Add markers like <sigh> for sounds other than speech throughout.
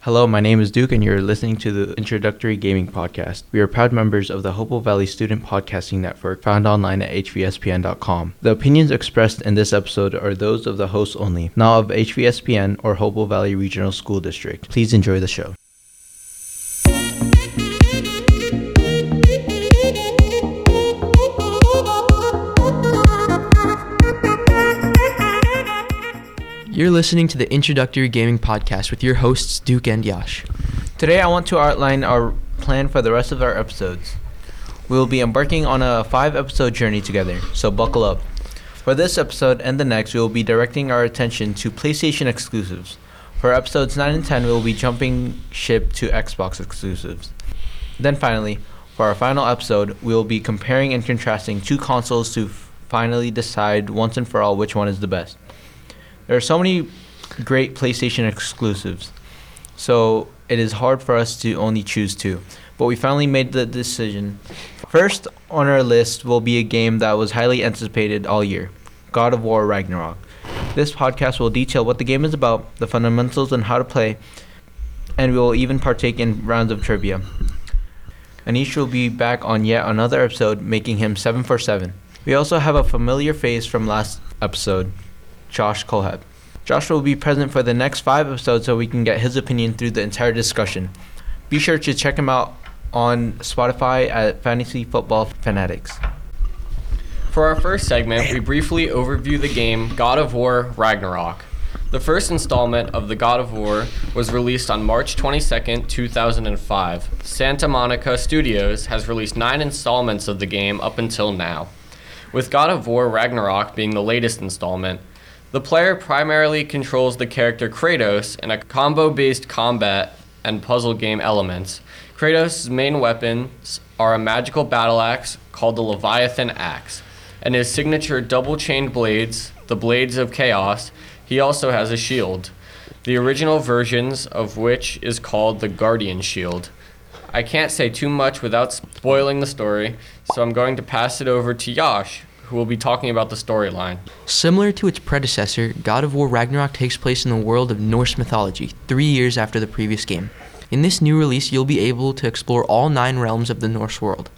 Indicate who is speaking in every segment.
Speaker 1: Hello, my name is Duke, and you're listening to the Introductory Gaming Podcast. We are proud members of the Hopewell Valley Student Podcasting Network, found online at hvspn.com. The opinions expressed in this episode are those of the hosts only, not of HVSPN or Hopewell Valley Regional School District. Please enjoy the show.
Speaker 2: You're listening to the Introductory Gaming Podcast with your hosts, Duke and Yash.
Speaker 1: Today, I want to outline our plan for the rest of our episodes. We will be embarking on a five episode journey together, so buckle up. For this episode and the next, we will be directing our attention to PlayStation exclusives. For episodes 9 and 10, we will be jumping ship to Xbox exclusives. Then finally, for our final episode, we will be comparing and contrasting two consoles to f- finally decide once and for all which one is the best. There are so many great PlayStation exclusives, so it is hard for us to only choose two. But we finally made the decision. First on our list will be a game that was highly anticipated all year God of War Ragnarok. This podcast will detail what the game is about, the fundamentals, and how to play, and we will even partake in rounds of trivia. Anish will be back on yet another episode, making him 7 for 7. We also have a familiar face from last episode, Josh Kolheb. Josh will be present for the next five episodes so we can get his opinion through the entire discussion. Be sure to check him out on Spotify at Fantasy Football Fanatics.
Speaker 3: For our first segment, we briefly overview the game God of War Ragnarok. The first installment of the God of War was released on March 22, 2005. Santa Monica Studios has released nine installments of the game up until now, with God of War Ragnarok being the latest installment. The player primarily controls the character Kratos in a combo based combat and puzzle game elements. Kratos' main weapons are a magical battle axe called the Leviathan Axe, and his signature double chained blades, the Blades of Chaos. He also has a shield, the original versions of which is called the Guardian Shield. I can't say too much without spoiling the story, so I'm going to pass it over to Yash, who will be talking about the storyline.
Speaker 2: Similar to its predecessor, God of War Ragnarok takes place in the world of Norse mythology, three years after the previous game. In this new release, you'll be able to explore all nine realms of the Norse world.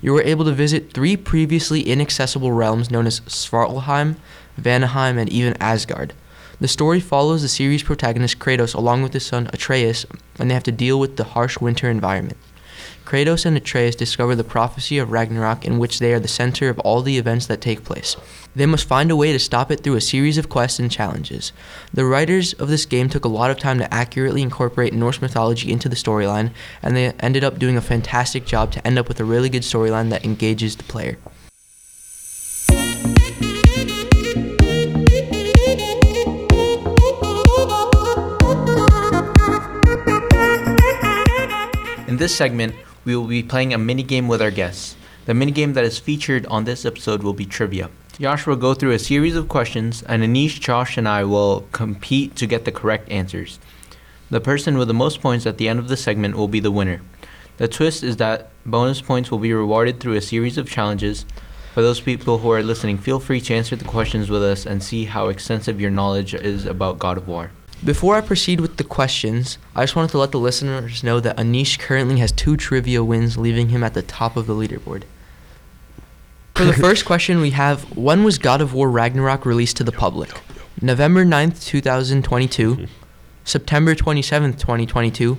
Speaker 2: You were able to visit three previously inaccessible realms known as Svartalheim, Vanaheim, and even Asgard. The story follows the series protagonist Kratos along with his son Atreus, and they have to deal with the harsh winter environment. Kratos and Atreus discover the prophecy of Ragnarok in which they are the center of all the events that take place. They must find a way to stop it through a series of quests and challenges. The writers of this game took a lot of time to accurately incorporate Norse mythology into the storyline, and they ended up doing a fantastic job to end up with a really good storyline that engages the player.
Speaker 1: In this segment, we will be playing a minigame with our guests. The minigame that is featured on this episode will be trivia. Yash will go through a series of questions, and Anish, Josh, and I will compete to get the correct answers. The person with the most points at the end of the segment will be the winner. The twist is that bonus points will be rewarded through a series of challenges. For those people who are listening, feel free to answer the questions with us and see how extensive your knowledge is about God of War.
Speaker 2: Before I proceed with the questions, I just wanted to let the listeners know that Anish currently has two trivia wins, leaving him at the top of the leaderboard. For
Speaker 4: <laughs>
Speaker 2: the first question, we have When was God of War Ragnarok released to the public? November 9th,
Speaker 4: Hmm.
Speaker 2: 2022, September 27th, 2022,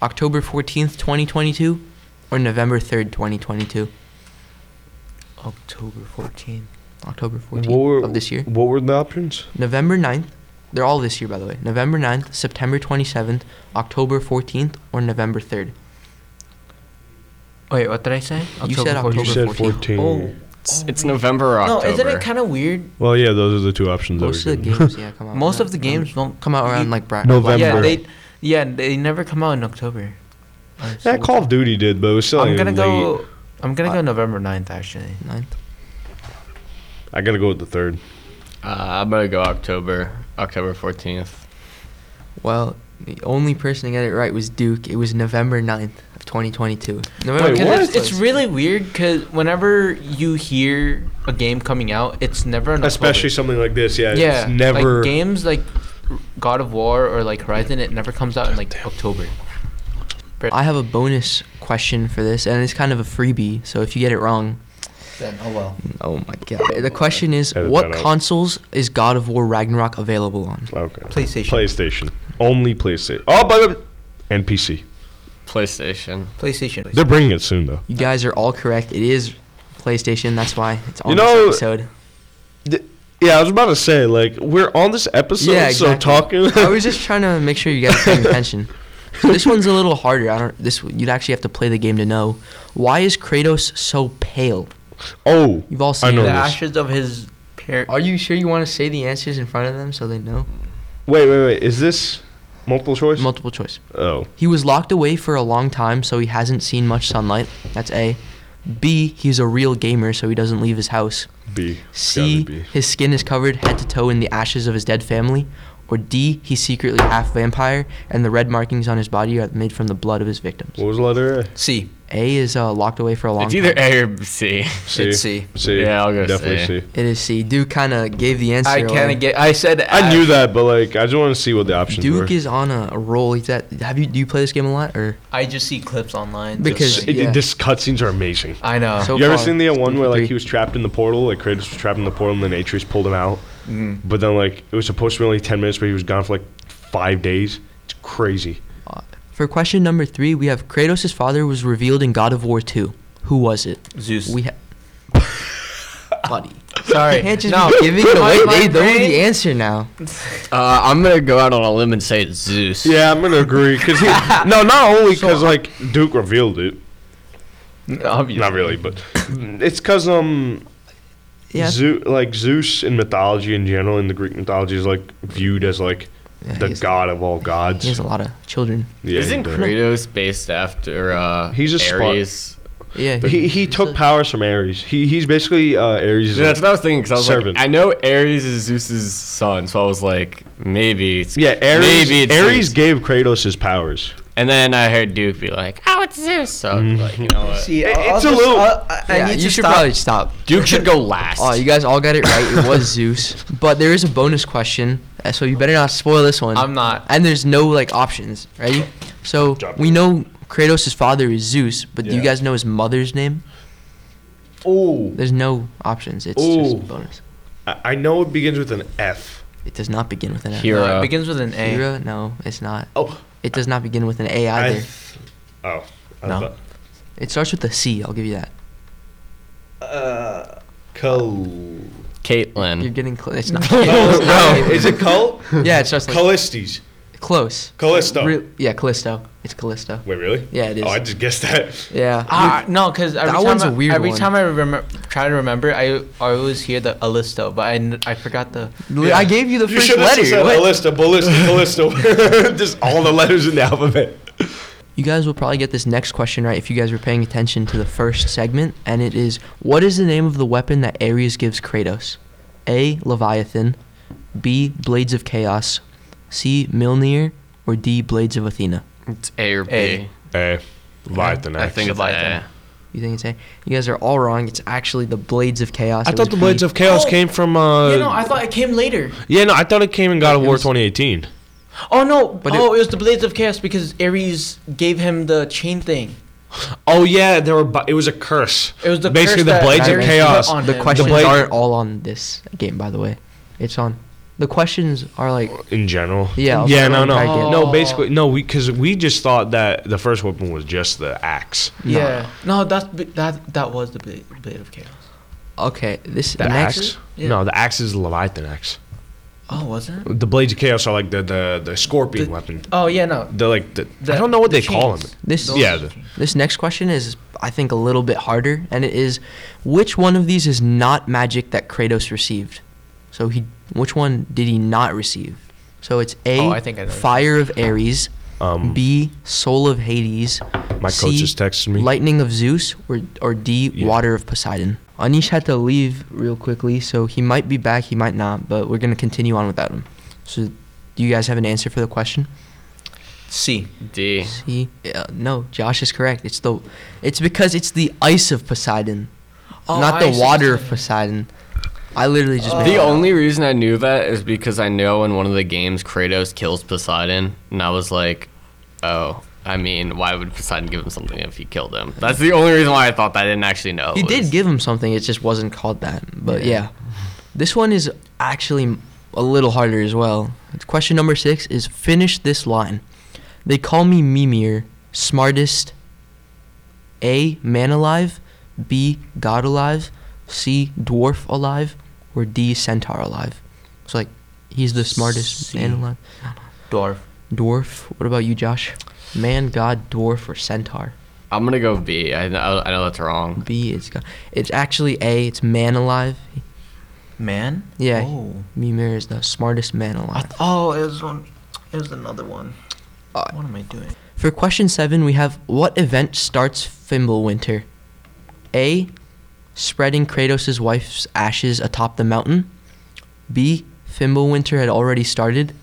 Speaker 2: October 14th, 2022, or November 3rd, 2022?
Speaker 1: October 14th.
Speaker 2: October
Speaker 4: What were,
Speaker 2: 14th of this year.
Speaker 4: What were the options?
Speaker 2: November 9th. They're all this year, by the way. November 9th, September 27th, October 14th, or November 3rd.
Speaker 1: Wait, what did I say?
Speaker 2: You said
Speaker 1: 14th.
Speaker 4: Oh, You
Speaker 2: October
Speaker 4: said
Speaker 2: 14.
Speaker 4: 14.
Speaker 3: It's, it's November or October.
Speaker 1: No, isn't it kind of weird?
Speaker 4: Well, yeah, those are the two options. that
Speaker 2: Most
Speaker 4: were
Speaker 2: of the
Speaker 4: given.
Speaker 2: games, yeah,
Speaker 5: Oh,
Speaker 2: come out.
Speaker 1: Most
Speaker 2: around-
Speaker 1: of the games won't
Speaker 2: come out around
Speaker 1: you-
Speaker 2: like Brad.
Speaker 4: November.
Speaker 1: Yeah,
Speaker 4: November.
Speaker 1: they, yeah, they never come out in October. Uh, so
Speaker 4: <laughs> yeah, Call of Duty did, but it was still
Speaker 1: I'm gonna
Speaker 4: even
Speaker 1: go.
Speaker 4: late. Uh,
Speaker 1: I'm gonna go November 9th, actually.
Speaker 2: 9th.
Speaker 4: I gotta go with the third.
Speaker 3: Uh, I'm gonna go October, October 14th.
Speaker 2: Well, the only person to get it right was Duke. It was November 9th of 2022. November
Speaker 4: Wait,
Speaker 1: 'Cause
Speaker 4: what?
Speaker 1: It's, it's really weird because whenever you hear a game coming out, it's never in October.
Speaker 4: Especially something like this. Yeah,
Speaker 1: yeah,
Speaker 4: it's never.
Speaker 1: like games like God of War or like Horizon, it never comes out in like October.
Speaker 2: I have a bonus question for this, and it's kind of a freebie. So if you get it wrong,
Speaker 5: Then, oh well.
Speaker 2: oh my god. The question is,
Speaker 4: Edit
Speaker 2: what
Speaker 4: that out.
Speaker 2: consoles is God of War Ragnarok available on?
Speaker 4: Okay.
Speaker 1: PlayStation.
Speaker 4: PlayStation. Only PlayStation. Oh, but and PC.
Speaker 3: PlayStation.
Speaker 1: PlayStation.
Speaker 4: They're bringing it soon though.
Speaker 2: You guys are all correct. It is PlayStation. That's why it's on
Speaker 4: You know-
Speaker 2: this episode.
Speaker 4: Yeah, I was about to say like we're on this episode,
Speaker 2: Yeah,
Speaker 4: so
Speaker 2: exactly.
Speaker 4: talking.
Speaker 2: I was just trying to make sure you guys are paying attention. So this one's a little harder. I don't. This you'd actually have to play the game to know. Why is Kratos so pale?
Speaker 4: <laughs> oh,
Speaker 2: You've all
Speaker 4: I
Speaker 2: seen
Speaker 4: know
Speaker 1: The
Speaker 2: that.
Speaker 4: this.
Speaker 1: ashes of his par-
Speaker 5: Oh,
Speaker 2: Are you sure you want to say the answers in front of them so they know?
Speaker 4: wait, wait, wait. Is this multiple choice?
Speaker 2: Multiple choice.
Speaker 4: oh,
Speaker 2: He was locked away for a long time, so he hasn't seen much sunlight. That's A. B. He's a real gamer, so he doesn't leave his house.
Speaker 4: B. It's gotta
Speaker 2: C.
Speaker 4: be B.
Speaker 2: His skin is covered head to toe in the ashes of his dead family. Or D. He's secretly half vampire, and the red markings on his body are made from the blood of his victims.
Speaker 4: What was the letter? A?
Speaker 5: C.
Speaker 2: A is uh, locked away for a long
Speaker 3: It's either
Speaker 2: time.
Speaker 3: A or C.
Speaker 4: C.
Speaker 5: It's C.
Speaker 4: C.
Speaker 3: Yeah, I'll go C.
Speaker 4: Definitely C.
Speaker 2: It is C. Duke kind of gave the answer.
Speaker 1: I
Speaker 2: away.
Speaker 1: can't get. I said.
Speaker 4: I knew that, but like I just want to see what the options were.
Speaker 2: Duke is on a, a roll. He's at, have you do you play this game a lot or?
Speaker 1: I just see clips online. so
Speaker 2: Because-
Speaker 1: it's like-
Speaker 4: It,
Speaker 2: yeah.
Speaker 4: This cutscenes are amazing.
Speaker 1: I know.
Speaker 2: So
Speaker 4: you ever
Speaker 2: far,
Speaker 4: seen the uh, one where like
Speaker 2: three.
Speaker 4: he was trapped in the portal, like Kratos was trapped in the portal, and then Atreus pulled him out.
Speaker 2: Mm-hmm.
Speaker 1: Mm.
Speaker 4: But then like it was supposed to be only ten minutes, but he was gone for like five days. It's crazy.
Speaker 2: For question number three, we have Kratos' father was revealed in God of War 2. Who was it?
Speaker 1: Zeus.
Speaker 2: We have. Buddy.
Speaker 1: <laughs> Sorry.
Speaker 2: Can't just
Speaker 1: no.
Speaker 2: be giving it away.
Speaker 1: My- my
Speaker 2: They know
Speaker 1: brain-
Speaker 2: the answer now.
Speaker 3: <laughs> Uh, I'm gonna go out on a limb and say it's Zeus.
Speaker 4: Yeah, I'm gonna agree. Cause he, <laughs> no, not only because like Duke revealed it,
Speaker 1: Obviously.
Speaker 4: not really, but <clears throat> it's cause um,
Speaker 2: Yeah.
Speaker 4: Zeu- like Zeus in mythology in general, in the Greek mythology, is like viewed as like
Speaker 2: Yeah,
Speaker 4: the
Speaker 2: he's-
Speaker 4: god of all gods.
Speaker 2: He has a lot of children.
Speaker 4: Yeah,
Speaker 3: Isn't
Speaker 4: he does.
Speaker 3: Kratos based after uh,
Speaker 4: He's a Spartan.
Speaker 3: Ares?
Speaker 2: Yeah.
Speaker 4: he he
Speaker 2: he's
Speaker 4: took
Speaker 2: a-
Speaker 4: powers from Ares. He he's basically uh, Ares.
Speaker 3: Yeah, that's what I was thinking because I was
Speaker 4: Servant.
Speaker 3: like, I know Ares is Zeus's son, so I was like, maybe. It's,
Speaker 4: Yeah, Ares.
Speaker 3: Maybe it's
Speaker 4: Ares
Speaker 3: Zeus.
Speaker 4: gave Kratos his powers.
Speaker 3: And then I heard Duke be like, oh, it's Zeus. So I was like, you know what?
Speaker 1: See,
Speaker 2: uh,
Speaker 4: It-
Speaker 1: I'll
Speaker 4: it's a
Speaker 1: just-
Speaker 4: little-
Speaker 1: I'll- I, I
Speaker 2: yeah,
Speaker 1: need
Speaker 2: you
Speaker 1: to
Speaker 2: should
Speaker 1: stop.
Speaker 2: probably stop.
Speaker 3: Duke should go last.
Speaker 2: Oh, you guys all got it right. It
Speaker 4: <laughs>
Speaker 2: was Zeus. But there is a bonus question, uh, so you better not spoil this one.
Speaker 1: I'm not.
Speaker 2: And there's no like options, right? So
Speaker 4: Drop
Speaker 2: we
Speaker 4: it.
Speaker 2: know Kratos' father is Zeus, but do you
Speaker 4: Yeah.
Speaker 2: guys know his mother's name?
Speaker 4: Oh,
Speaker 2: There's no options. It's just
Speaker 4: Ooh.
Speaker 2: a bonus.
Speaker 4: I, I know it begins with an F.
Speaker 2: It does not begin with an A.
Speaker 3: Hero.
Speaker 1: No, it begins with an A.
Speaker 2: Hero? No, it's not.
Speaker 4: Oh,
Speaker 2: It does not begin with an A either.
Speaker 4: I, oh, I
Speaker 2: No.
Speaker 4: thought-
Speaker 2: It starts with a C. I'll give you that.
Speaker 4: Uh, cult.
Speaker 2: <laughs> You're
Speaker 3: Caitlin.
Speaker 2: getting close. It's not.
Speaker 4: <laughs> no, is it cult?
Speaker 2: yeah, it's just like
Speaker 4: Callistes.
Speaker 2: close.
Speaker 4: Callisto.
Speaker 2: Re- yeah, Callisto. It's Callisto.
Speaker 4: Wait, really?
Speaker 2: Yeah, it is.
Speaker 4: Oh, I just guessed that.
Speaker 2: yeah.
Speaker 1: Ah, no, because every
Speaker 2: That
Speaker 1: time
Speaker 2: one's
Speaker 1: I,
Speaker 2: a weird
Speaker 1: every
Speaker 2: one.
Speaker 1: time I remember, try to remember, I, I always hear the Alisto, but I, kn- I forgot the.
Speaker 2: Li- I gave you the
Speaker 4: You
Speaker 2: first
Speaker 4: should have
Speaker 2: letter.
Speaker 4: just said
Speaker 2: What?
Speaker 4: Callisto, Ballista, Callisto. <laughs> just all the letters in the alphabet.
Speaker 2: You guys will probably get this next question right if you guys were paying attention to the first segment, and it is what is the name of the weapon that Ares gives Kratos? A. Leviathan, B. Blades of Chaos, C. Milnir, or D. Blades of Athena.
Speaker 3: It's A or B.
Speaker 1: A.
Speaker 4: Hey, Leviathan.
Speaker 3: I think it's
Speaker 1: Leviathan.
Speaker 3: A.
Speaker 2: You think it's A? You guys are all wrong. It's actually the Blades of Chaos. It was B.
Speaker 4: of Chaos came from. Uh,
Speaker 1: Oh, you know, I thought it came later.
Speaker 4: yeah, no, I thought it came in God
Speaker 2: of It War was-
Speaker 4: 2018.
Speaker 1: Oh no!
Speaker 2: But
Speaker 1: oh, it, was the Blades of Chaos because Ares gave him the chain thing.
Speaker 4: Oh yeah, there were. bu- It was a curse.
Speaker 1: It was the curse
Speaker 4: Basically, the
Speaker 1: that
Speaker 4: Blades of
Speaker 1: Ares
Speaker 4: Chaos.
Speaker 1: put on
Speaker 2: The
Speaker 1: him.
Speaker 2: questions
Speaker 4: blade-
Speaker 2: aren't all on this game, by the way. It's on. The questions are like
Speaker 4: In general.
Speaker 2: Yeah,
Speaker 4: Yeah.
Speaker 2: I'll
Speaker 4: No. No.
Speaker 2: try again.
Speaker 4: No.
Speaker 1: Oh.
Speaker 4: Basically, no. We because we just thought that the first weapon was just the axe.
Speaker 1: Yeah. No, that's b- that that was the Blade, Blade of Chaos.
Speaker 2: okay. This
Speaker 4: The
Speaker 2: next.
Speaker 4: axe.
Speaker 1: Yeah.
Speaker 4: No, the axe is the Leviathan axe.
Speaker 1: Oh, was it?
Speaker 4: The blades of chaos are like the the, the scorpion
Speaker 1: The-
Speaker 4: weapon.
Speaker 1: Oh yeah, no.
Speaker 4: They're like the,
Speaker 1: The-
Speaker 4: I don't know what
Speaker 1: the
Speaker 4: they call
Speaker 1: chains.
Speaker 4: them.
Speaker 2: This
Speaker 1: Those
Speaker 4: Yeah,
Speaker 1: are the
Speaker 4: the-
Speaker 1: chains.
Speaker 2: This next question is, I think, a little bit harder, and it is, which one of these is not magic that Kratos received? So he, which one did he not receive? So it's A,
Speaker 1: Oh, I think I know.
Speaker 2: Fire of Ares,
Speaker 4: Um,
Speaker 2: B, Soul of Hades,
Speaker 4: My
Speaker 2: C,
Speaker 4: coach just texted me.
Speaker 2: Lightning of Zeus, or or D,
Speaker 4: Yeah.
Speaker 2: Water of Poseidon. Anish had to leave real quickly, so he might be back, he might not, but we're gonna continue on without him. So, do you guys have an answer for the question?
Speaker 1: C.
Speaker 3: D.
Speaker 2: See, uh, no, Josh is correct. It's the, it's because it's the ice of Poseidon,
Speaker 1: Oh,
Speaker 2: not the
Speaker 1: ice of
Speaker 2: water of Poseidon. I literally just made
Speaker 3: Uh, The
Speaker 2: that up.
Speaker 3: only reason I knew that is because I know in one of the games Kratos kills Poseidon, and I was like, oh, I mean, why would Poseidon give him something if he killed him? That's the only reason why I thought that. I didn't actually know.
Speaker 2: He
Speaker 3: it was-
Speaker 2: did give him something. It just wasn't called that. But yeah. this one is actually a little harder as well. Question number six is finish this line. They call me Mimir, smartest. A man alive, B god alive, C dwarf alive, or D centaur alive. So like, he's the smartest
Speaker 1: C.
Speaker 2: man alive.
Speaker 1: Dwarf.
Speaker 2: Dwarf. What about you, Josh? Man, god, dwarf, or centaur?
Speaker 3: I'm gonna go B. I know, I know that's wrong.
Speaker 2: B is god. It's actually A. It's man alive.
Speaker 1: Man?
Speaker 2: Yeah.
Speaker 1: Oh,
Speaker 2: Mimir is the smartest man alive.
Speaker 1: oh it, was one, it was another one.
Speaker 2: Uh,
Speaker 1: what am I doing?
Speaker 2: For question seven, we have what event starts Fimblewinter? A. Spreading Kratos' wife's ashes atop the mountain. B. Fimblewinter had already started.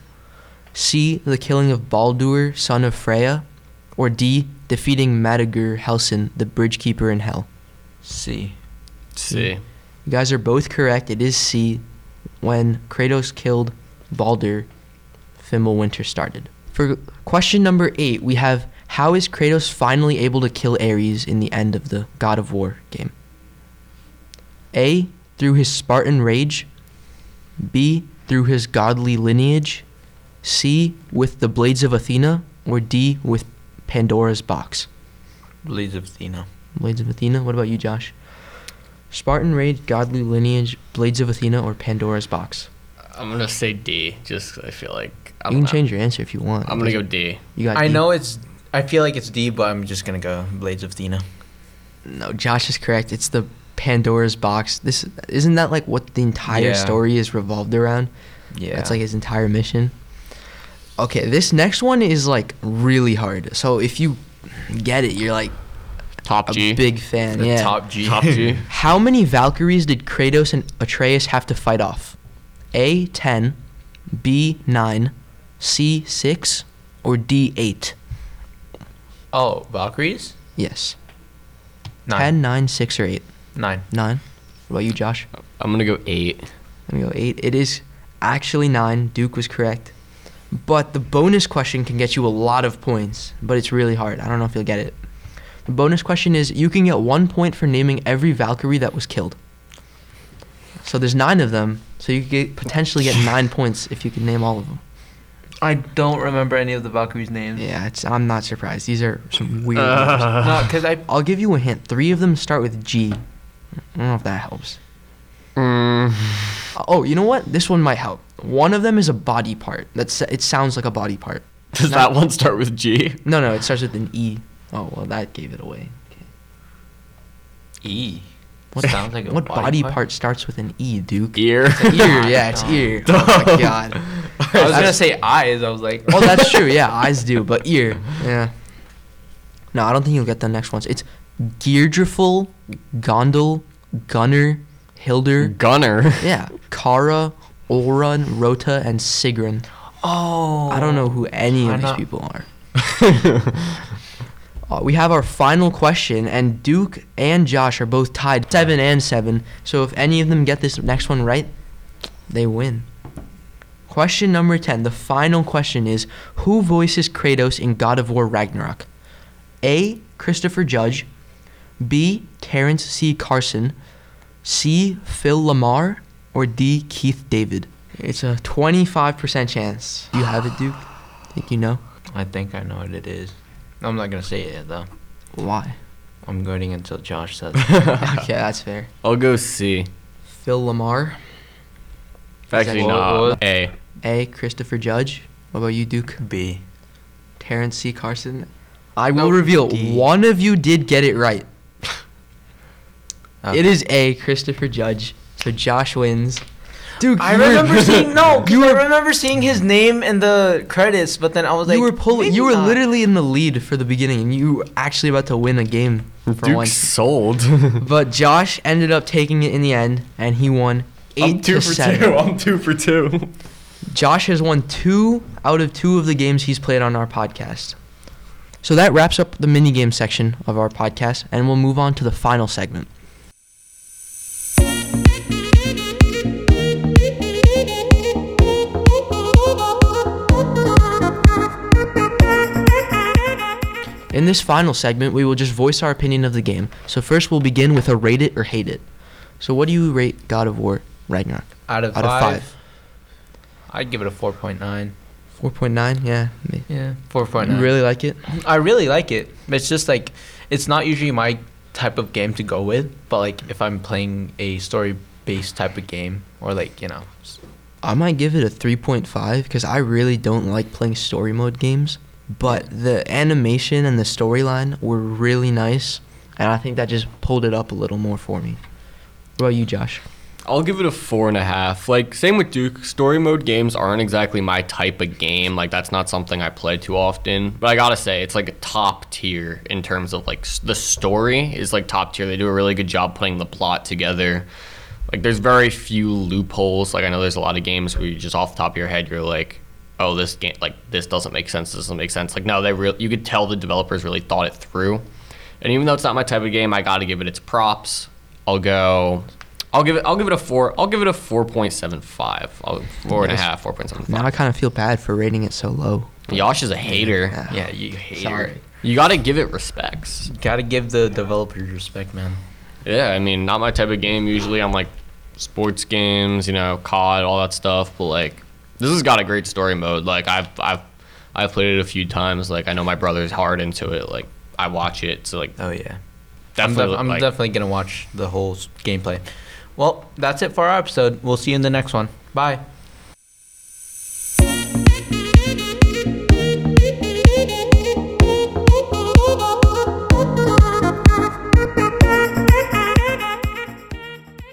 Speaker 2: C. The killing of Baldur, son of Freya. Or D. Defeating Madagur Helsin, the bridge keeper in hell.
Speaker 1: C.
Speaker 3: C.
Speaker 2: Hmm. You guys are both correct. It is C. When Kratos killed Baldur, Fimblewinter started. For question number eight, we have how is Kratos finally able to kill Ares in the end of the God of War game? A. Through his Spartan rage. B. Through his godly lineage. C. With the blades of Athena. Or D. With Pandora's box.
Speaker 1: Blades of Athena.
Speaker 2: Blades of Athena. What about you, Josh? Spartan Raid, Godly Lineage, Blades of Athena, or Pandora's Box?
Speaker 3: I'm gonna say D. Just 'cause I feel like I don't
Speaker 2: You can
Speaker 3: know.
Speaker 2: change your answer if you want.
Speaker 3: I'm gonna go D.
Speaker 2: You got
Speaker 1: I
Speaker 2: D.
Speaker 1: know it's. I feel like it's D, but I'm just gonna go Blades of Athena.
Speaker 2: No, Josh is correct. It's the Pandora's Box. This isn't that like what the entire
Speaker 1: Yeah.
Speaker 2: story is revolved around.
Speaker 1: Yeah.
Speaker 2: That's like his entire mission. Okay, this next one is like really hard. So if you get it, you're like
Speaker 3: Top
Speaker 2: a
Speaker 3: G.
Speaker 2: big fan.
Speaker 1: the
Speaker 2: yeah.
Speaker 1: top G.
Speaker 3: Top G.
Speaker 2: How many Valkyries did Kratos and Atreus have to fight off? A 10, B 9, C 6, or D 8?
Speaker 1: oh, Valkyries.
Speaker 2: Yes.
Speaker 1: Nine.
Speaker 2: 10, 9, 6, or 8?
Speaker 1: Nine.
Speaker 2: 9. What about you, Josh?
Speaker 3: <laughs> I'm gonna go eight.
Speaker 2: Let me go 8. It is actually 9. Duke was correct. But the bonus question can get you a lot of points, but it's really hard. I don't know if you'll get it. The bonus question is you can get one point for naming every Valkyrie that was killed. So there's nine of them, so you could get, potentially get nine points if you can name all of them.
Speaker 1: I don't remember any of the Valkyries' names. <laughs>
Speaker 2: Yeah, it's, I'm not surprised. These are some weird. names.
Speaker 1: No,
Speaker 3: Uh,
Speaker 1: because I.
Speaker 2: I'll give you a hint. Three of them start with G. I don't know if that helps.
Speaker 3: mm,
Speaker 2: Oh, you know what? This one might help. One of them is a body part. That's it sounds like a body part.
Speaker 3: <laughs> does
Speaker 2: No.
Speaker 3: that one start with G?
Speaker 2: No, no, it starts with an E. Oh well, that gave it away. Okay.
Speaker 1: E.
Speaker 2: What
Speaker 1: Sounds like a
Speaker 2: what
Speaker 1: body
Speaker 2: body,
Speaker 1: part?
Speaker 2: part? starts with an E, Duke?
Speaker 3: Ear.
Speaker 2: <laughs> Ear, yeah, it's <laughs> ear. Oh my god.
Speaker 1: I was gonna
Speaker 2: That's-
Speaker 1: say eyes. I was like. <laughs>
Speaker 2: Oh, that's true. Yeah, eyes do, but ear. Yeah. No, I don't think you'll get the next ones. It's Geardriful, Gondel, Gunner, Hilder.
Speaker 3: <laughs> Gunner.
Speaker 2: Yeah, Kara, Olrun, Rota, and Sigrun.
Speaker 1: Oh.
Speaker 2: I don't know who any of
Speaker 1: I'm
Speaker 2: these
Speaker 1: not-
Speaker 2: people are. <laughs> Uh, we have our final question, and Duke and Josh are both tied seven and seven. So if any of them get this next one right, they win. Question number 10, the final question is Who voices Kratos in God of War Ragnarok? A. Christopher Judge, B. Terrence C. Carson, C. Phil Lamar, or D. Keith David? It's a 25% chance. Do you have it, Duke? Think you know?
Speaker 1: I think I know what it is. I'm not gonna say it though. <laughs>
Speaker 2: Why?
Speaker 1: I'm waiting until Josh
Speaker 2: <laughs>
Speaker 1: says.
Speaker 2: okay, that's fair.
Speaker 3: I'll go C.
Speaker 2: Phil Lamar,
Speaker 3: Actually,
Speaker 2: What-
Speaker 3: no.
Speaker 1: what-
Speaker 3: A.
Speaker 2: A. Christopher Judge. What about you, Duke?
Speaker 1: B.
Speaker 2: Terrence C. Carson. I will
Speaker 1: No,
Speaker 2: reveal
Speaker 1: D.
Speaker 2: one of you did get it right.
Speaker 1: Okay.
Speaker 2: It is A. Christopher Judge. So Josh wins. Duke,
Speaker 1: I
Speaker 2: you were- <laughs>
Speaker 1: remember seeing no. 'cause
Speaker 2: You
Speaker 1: I
Speaker 2: were-
Speaker 1: remember seeing his name in the credits, but then I was like,
Speaker 2: you were pulling.
Speaker 1: maybe
Speaker 2: You were
Speaker 1: not.
Speaker 2: literally in the lead for the beginning, and you were actually about to win a game for
Speaker 3: Duke <laughs>
Speaker 2: once.
Speaker 3: sold.
Speaker 2: But Josh ended up taking it in the end, and he won 8
Speaker 3: I'm two
Speaker 2: to
Speaker 3: for
Speaker 2: 7.
Speaker 3: two. I'm two for two.
Speaker 2: Josh has won two out of two of the games he's played on our podcast. So that wraps up the minigame section of our podcast, and we'll move on to the final segment. In this final segment, we will just voice our opinion of the game. So first, we'll begin with a rate it or hate it. So what do you rate God of War Ragnarok?
Speaker 1: Out of
Speaker 2: Out of
Speaker 1: five,
Speaker 2: five.
Speaker 1: I'd give it a four point nine.
Speaker 2: 4.9. Yeah. ma-
Speaker 1: Yeah, four point
Speaker 2: You
Speaker 1: nine.
Speaker 2: really like it?
Speaker 1: I really like it. It's just like it's not usually my type of game to go with, but like if I'm playing a story based type of game or like, you know, s-
Speaker 2: I might give it a 3.5 because I really don't like playing story mode games. But the animation and the storyline were really nice, and I think that just pulled it up a little more for me. What about you, Josh?
Speaker 3: I'll give it a four and a half. Like same with Duke, story mode games aren't exactly my type of game. Like that's not something I play too often. But I gotta say, it's like a top tier in terms of like s- the story is like top tier. They do a really good job putting the plot together. Like there's very few loopholes. Like I know there's a lot of games where you just off the top of your head you're like, oh this game like this doesn't make sense. This doesn't make sense. Like no, they real you could tell the developers really thought it through. And even though it's not my type of game, I gotta give it its props. I'll go. I'll give it. I'll give it a four. I'll give it a four point seven five. Four and a
Speaker 2: Nice.
Speaker 3: half. Four point seven
Speaker 2: Now I
Speaker 3: five.
Speaker 2: kind of feel bad for rating it so low.
Speaker 3: Yosh is a hater.
Speaker 2: Yeah.
Speaker 1: yeah, you hate
Speaker 2: Sorry.
Speaker 1: it.
Speaker 3: You gotta give it respects.
Speaker 1: Got to give the developers respect, man.
Speaker 3: Yeah, I mean, not my type of game. Usually, I'm like sports games, you know, COD, all that stuff. But like, this has got a great story mode. Like, I've I've I've played it a few times. Like, I know my brother's hard into it. Like, I watch it. So like,
Speaker 1: Oh yeah. I'm,
Speaker 3: definitely.
Speaker 1: def- I'm
Speaker 3: like-
Speaker 1: definitely going to watch the whole s- gameplay. Well, that's it for our episode. We'll see you in the next one. Bye.